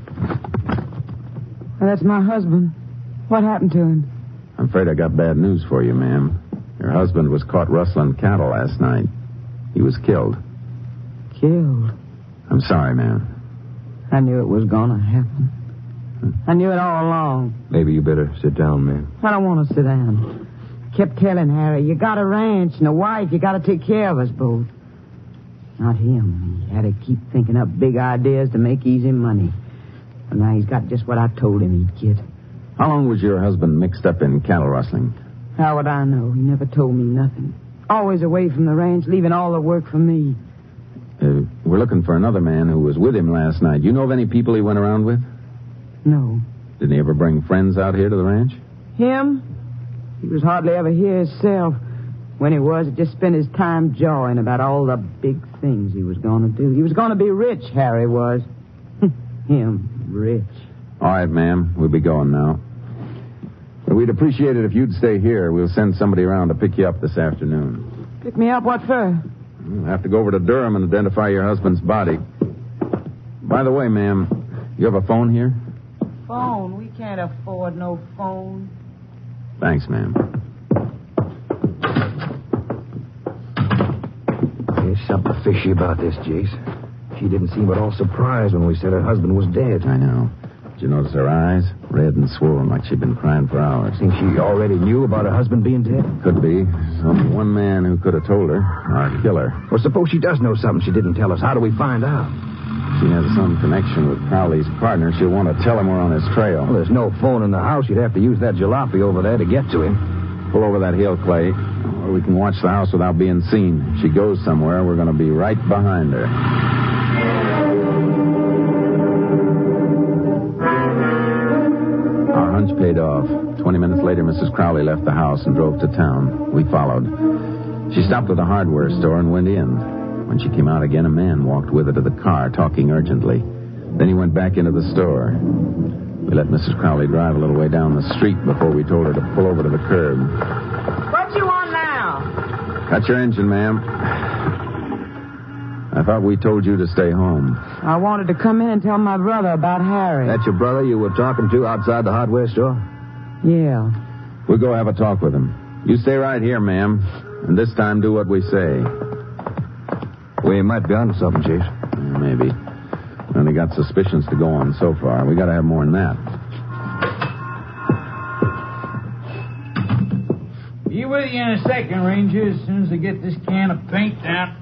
Speaker 20: Well, that's my husband. What happened to him?
Speaker 5: I'm afraid I got bad news for you, ma'am. Your husband was caught rustling cattle last night. He was killed.
Speaker 20: Killed.
Speaker 5: I'm sorry, ma'am.
Speaker 20: I knew it was gonna happen. I knew it all along.
Speaker 18: Maybe you better sit down, man.
Speaker 20: I don't want to sit down. I kept telling Harry, you got a ranch and a wife. You got to take care of us both. Not him. He had to keep thinking up big ideas to make easy money. And now he's got just what I told him he'd get.
Speaker 5: How long was your husband mixed up in cattle rustling?
Speaker 20: How would I know? He never told me nothing. Always away from the ranch, leaving all the work for me.
Speaker 5: Uh, we're looking for another man who was with him last night. You know of any people he went around with?
Speaker 20: No.
Speaker 5: Didn't he ever bring friends out here to the ranch?
Speaker 20: Him? He was hardly ever here himself. When he was, he just spent his time jawing about all the big things he was going to do. He was going to be rich, Harry was. Him, rich.
Speaker 5: All right, ma'am. We'll be going now. But we'd appreciate it if you'd stay here. We'll send somebody around to pick you up this afternoon.
Speaker 20: Pick me up, what for?
Speaker 5: We'll have to go over to Durham and identify your husband's body. By the way, ma'am, you have a phone here?
Speaker 20: Phone. We can't afford no phone.
Speaker 5: Thanks, ma'am.
Speaker 18: There's something fishy about this, Jace. She didn't seem at all surprised when we said her husband was dead.
Speaker 5: I know. Did you notice her eyes? Red and swollen like she'd been crying for hours.
Speaker 18: Think she already knew about her husband being dead?
Speaker 5: Could be. There's only one man who could have told her. Our killer.
Speaker 18: Well, suppose she does know something she didn't tell us. How do we find out?
Speaker 5: She has some connection with Crowley's partner. She'll want to tell him we're on his trail.
Speaker 18: Well, there's no phone in the house. You'd have to use that jalopy over there to get to him.
Speaker 5: Pull over that hill, Clay. Or we can watch the house without being seen. If she goes somewhere, we're going to be right behind her. Our hunch paid off. Twenty minutes later, Mrs. Crowley left the house and drove to town. We followed. She stopped at a hardware store and went in. When she came out again, a man walked with her to the car, talking urgently. Then he went back into the store. We let Mrs. Crowley drive a little way down the street before we told her to pull over to the curb.
Speaker 20: What you want now?
Speaker 5: Cut your engine, ma'am. I thought we told you to stay home.
Speaker 20: I wanted to come in and tell my brother about Harry.
Speaker 18: That's your brother you were talking to outside the hardware store?
Speaker 20: Yeah.
Speaker 5: We'll go have a talk with him. You stay right here, ma'am, and this time do what we say.
Speaker 18: We might be onto something, Chief.
Speaker 5: Maybe. We only got suspicions to go on so far. We gotta have more than that.
Speaker 21: Be with you in a second, Ranger, as soon as I get this can of paint down.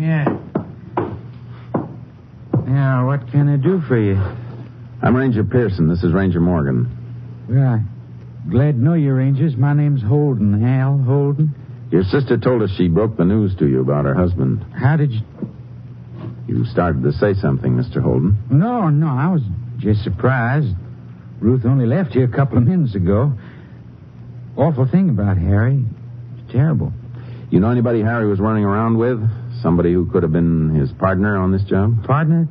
Speaker 21: Yeah.
Speaker 17: Now, what can I do for you?
Speaker 5: I'm Ranger Pearson. This is Ranger Morgan.
Speaker 17: Well, I'm glad to know you, Rangers. My name's Holden, Al Holden.
Speaker 5: Your sister told us she broke the news to you about her husband.
Speaker 17: How did you...
Speaker 5: You started to say something, Mr. Holden.
Speaker 17: No, no, I was just surprised. Ruth only left here a couple of minutes ago. Awful thing about Harry. It's terrible.
Speaker 5: You know anybody Harry was running around with? Somebody who could have been his partner on this job?
Speaker 17: Partner?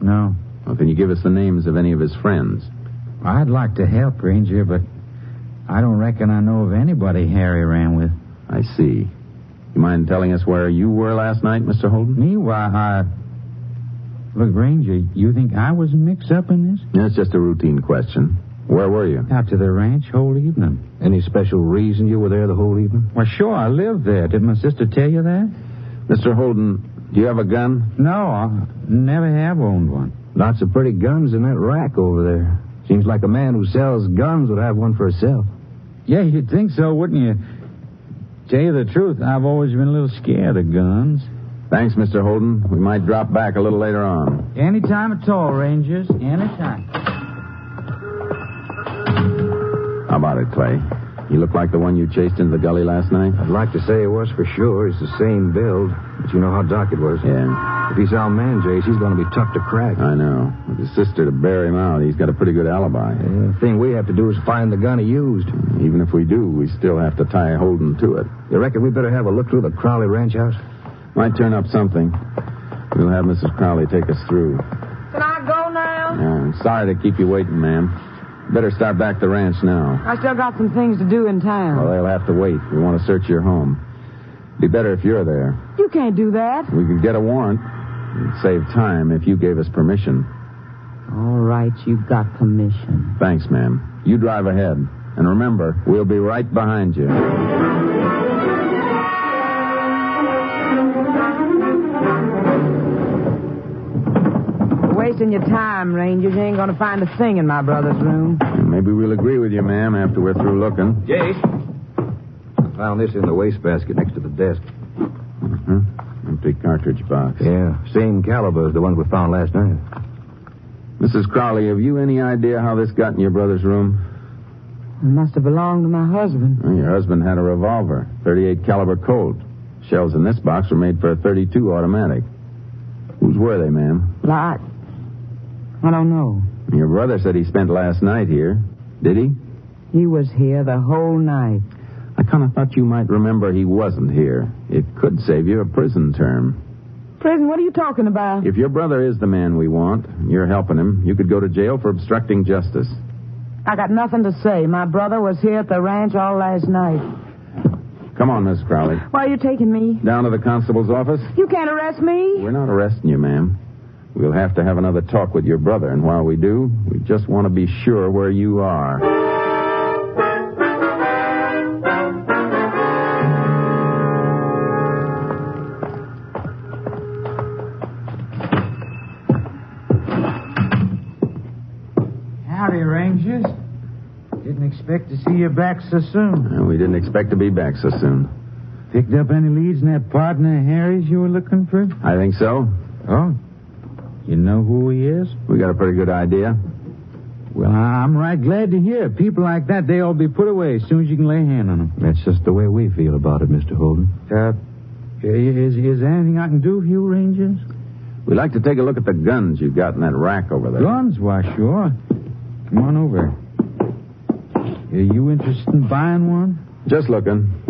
Speaker 17: No.
Speaker 5: Well, can you give us the names of any of his friends?
Speaker 17: I'd like to help, Ranger, but I don't reckon I know of anybody Harry ran with.
Speaker 5: I see. You mind telling us where you were last night, Mr. Holden?
Speaker 17: Me? Why, I. Look, Ranger, you think I was mixed up in this?
Speaker 5: That's just a routine question. Where were you?
Speaker 17: Out to the ranch whole evening.
Speaker 18: Any special reason you were there the whole evening?
Speaker 17: Well, sure, I lived there. Did my sister tell you that?
Speaker 5: Mr. Holden, do you have a gun?
Speaker 17: No, I never have owned one.
Speaker 18: Lots of pretty guns in that rack over there.
Speaker 9: Seems like a man who sells guns would have one for himself.
Speaker 1: Yeah, you'd think so, wouldn't you? Tell you the truth, I've always been a little scared of guns.
Speaker 5: Thanks, Mr. Holden. We might drop back a little later on.
Speaker 1: Anytime at all, Rangers. Anytime.
Speaker 5: How about it, Clay? You look like the one you chased into the gully last night?
Speaker 9: I'd like to say it was for sure. He's the same build. But you know how Doc it was.
Speaker 5: Yeah.
Speaker 9: If he's our man, Jace, he's going to be tough to crack.
Speaker 5: I know. With his sister to bear him out, he's got a pretty good alibi.
Speaker 9: Yeah, the thing we have to do is find the gun he used.
Speaker 5: Even if we do, we still have to tie Holden to it.
Speaker 9: You reckon we better have a look through the Crowley ranch house?
Speaker 5: Might turn up something. We'll have Mrs. Crowley take us through.
Speaker 10: Can I go now?
Speaker 5: Yeah, I'm sorry to keep you waiting, ma'am. Better start back the ranch now.
Speaker 20: I still got some things to do in town.
Speaker 5: Well, they'll have to wait. We want to search your home. Be better if you're there.
Speaker 20: You can't do that.
Speaker 5: We could get a warrant. It'd save time if you gave us permission.
Speaker 20: All right, you've got permission.
Speaker 5: Thanks, ma'am. You drive ahead. And remember, we'll be right behind you.
Speaker 20: wasting your time, Rangers. You ain't gonna find a thing in my brother's room.
Speaker 5: Maybe we'll agree with you, ma'am, after we're through looking.
Speaker 9: Jace. I found this in the wastebasket next to the desk.
Speaker 5: Uh-huh. Empty cartridge box.
Speaker 9: Yeah, same caliber as the ones we found last night.
Speaker 5: Mrs. Crowley, have you any idea how this got in your brother's room?
Speaker 20: It must have belonged to my husband.
Speaker 5: Well, your husband had a revolver, 38 caliber Colt. Shells in this box were made for a 32 automatic. Whose were they, ma'am?
Speaker 20: Lot. I don't know.
Speaker 5: Your brother said he spent last night here. Did he?
Speaker 20: He was here the whole night.
Speaker 5: I kind of thought you might remember he wasn't here. It could save you a prison term.
Speaker 20: Prison? What are you talking about?
Speaker 5: If your brother is the man we want, you're helping him, you could go to jail for obstructing justice.
Speaker 20: I got nothing to say. My brother was here at the ranch all last night.
Speaker 5: Come on, Miss Crowley.
Speaker 20: Why are you taking me?
Speaker 5: Down to the constable's office?
Speaker 20: You can't arrest me.
Speaker 5: We're not arresting you, ma'am. We'll have to have another talk with your brother, and while we do, we just want to be sure where you are.
Speaker 22: Howdy, Rangers. Didn't expect to see you back so soon.
Speaker 5: No, we didn't expect to be back so soon.
Speaker 1: Picked up any leads in that partner Harry's you were looking for?
Speaker 5: I think so.
Speaker 1: Oh, you know who he is?
Speaker 5: We got a pretty good idea.
Speaker 1: Well, I'm right glad to hear. People like that, they all be put away as soon as you can lay a hand on them.
Speaker 9: That's just the way we feel about it, Mr. Holden.
Speaker 1: Uh, is, is there anything I can do for you, Rangers?
Speaker 5: We'd like to take a look at the guns you've got in that rack over there.
Speaker 1: Guns? Why, sure. Come on over. Are you interested in buying one?
Speaker 5: Just looking.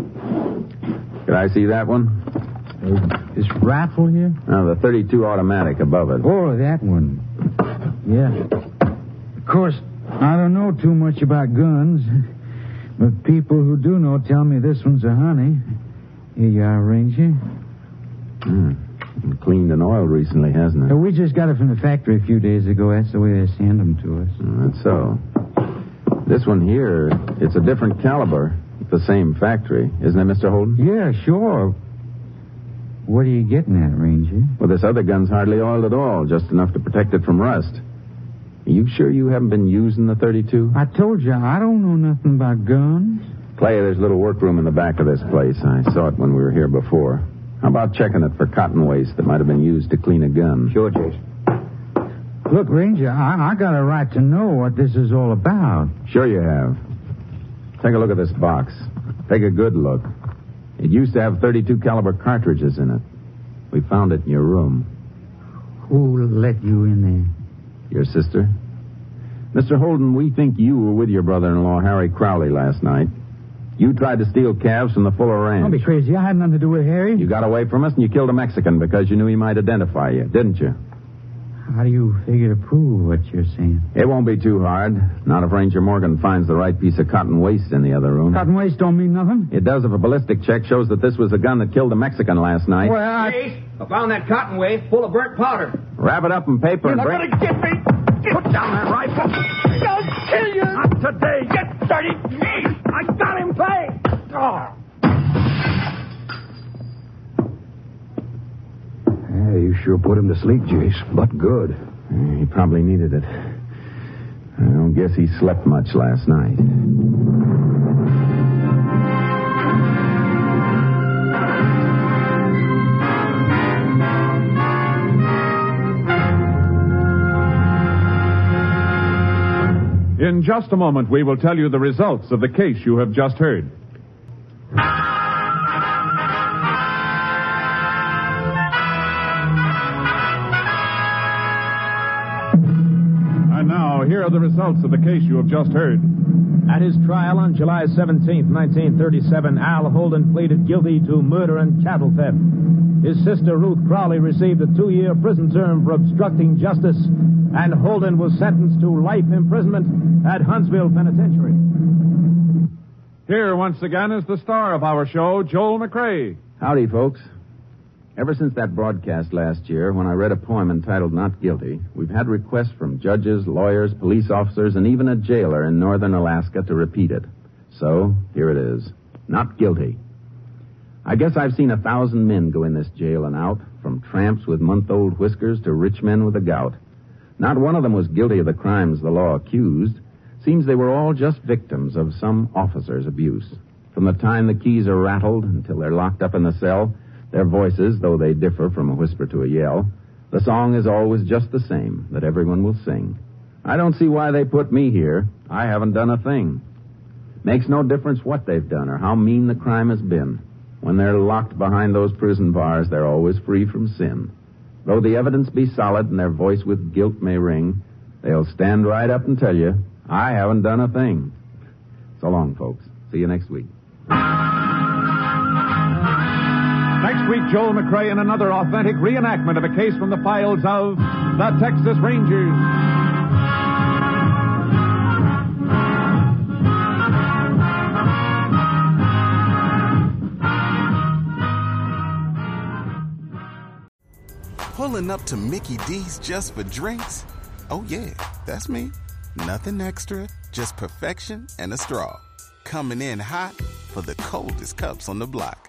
Speaker 5: Could I see that one?
Speaker 1: Uh, this rifle here?
Speaker 5: No, the 32 automatic above it.
Speaker 1: Oh, that one. Yeah. Of course, I don't know too much about guns, but people who do know tell me this one's a honey. Here you are, Ranger.
Speaker 5: Mm. Cleaned and oiled recently, hasn't it?
Speaker 1: we just got it from the factory a few days ago. That's the way they send them to us.
Speaker 5: Mm, that's so. This one here, it's a different caliber. It's the same factory, isn't it, Mr. Holden?
Speaker 1: Yeah, sure. What are you getting at, Ranger?
Speaker 5: Well, this other gun's hardly oiled at all, just enough to protect it from rust. Are you sure you haven't been using the 32?
Speaker 1: I told you, I don't know nothing about guns.
Speaker 5: Clay, there's a little workroom in the back of this place. I saw it when we were here before. How about checking it for cotton waste that might have been used to clean a gun?
Speaker 9: Sure, Jason.
Speaker 1: Look, Ranger, I, I got a right to know what this is all about.
Speaker 5: Sure you have. Take a look at this box. Take a good look. It used to have 32 caliber cartridges in it. We found it in your room.
Speaker 1: Who let you in there?
Speaker 5: Your sister. Mr. Holden, we think you were with your brother-in-law, Harry Crowley, last night. You tried to steal calves from the Fuller Ranch.
Speaker 1: Don't be crazy. I had nothing to do with Harry.
Speaker 5: You got away from us and you killed a Mexican because you knew he might identify you, didn't you?
Speaker 1: How do you figure to prove what you're saying?
Speaker 5: It won't be too hard. Not if Ranger Morgan finds the right piece of cotton waste in the other room.
Speaker 1: Cotton waste don't mean nothing.
Speaker 5: It does if a ballistic check shows that this was the gun that killed the Mexican last night.
Speaker 1: Well, I...
Speaker 10: I found that cotton waste full of burnt powder.
Speaker 5: Wrap it up in paper
Speaker 10: You're
Speaker 5: and bring...
Speaker 10: You're not going to get me! Get Put down that rifle! They'll kill you!
Speaker 23: Not today!
Speaker 10: Get dirty! Jeez,
Speaker 23: I got him playing! Oh.
Speaker 9: Yeah, you sure put him to sleep, Jace. But good.
Speaker 5: He probably needed it. I don't guess he slept much last night.
Speaker 8: In just a moment, we will tell you the results of the case you have just heard. And now, here are the results of the case you have just heard.
Speaker 2: At his trial on July 17, 1937, Al Holden pleaded guilty to murder and cattle theft. His sister, Ruth Crowley, received a two year prison term for obstructing justice, and Holden was sentenced to life imprisonment at Huntsville Penitentiary.
Speaker 8: Here, once again, is the star of our show, Joel McRae.
Speaker 5: Howdy, folks. Ever since that broadcast last year, when I read a poem entitled Not Guilty, we've had requests from judges, lawyers, police officers, and even a jailer in northern Alaska to repeat it. So, here it is Not Guilty. I guess I've seen a thousand men go in this jail and out, from tramps with month old whiskers to rich men with a gout. Not one of them was guilty of the crimes the law accused. Seems they were all just victims of some officer's abuse. From the time the keys are rattled until they're locked up in the cell, their voices, though they differ from a whisper to a yell, the song is always just the same that everyone will sing. I don't see why they put me here. I haven't done a thing. Makes no difference what they've done or how mean the crime has been. When they're locked behind those prison bars, they're always free from sin. Though the evidence be solid and their voice with guilt may ring, they'll stand right up and tell you, I haven't done a thing. So long, folks. See you next week.
Speaker 8: Next week, Joel McRae in another authentic reenactment of a case from the files of the Texas Rangers.
Speaker 24: Pulling up to Mickey D's just for drinks? Oh, yeah, that's me. Nothing extra, just perfection and a straw. Coming in hot for the coldest cups on the block.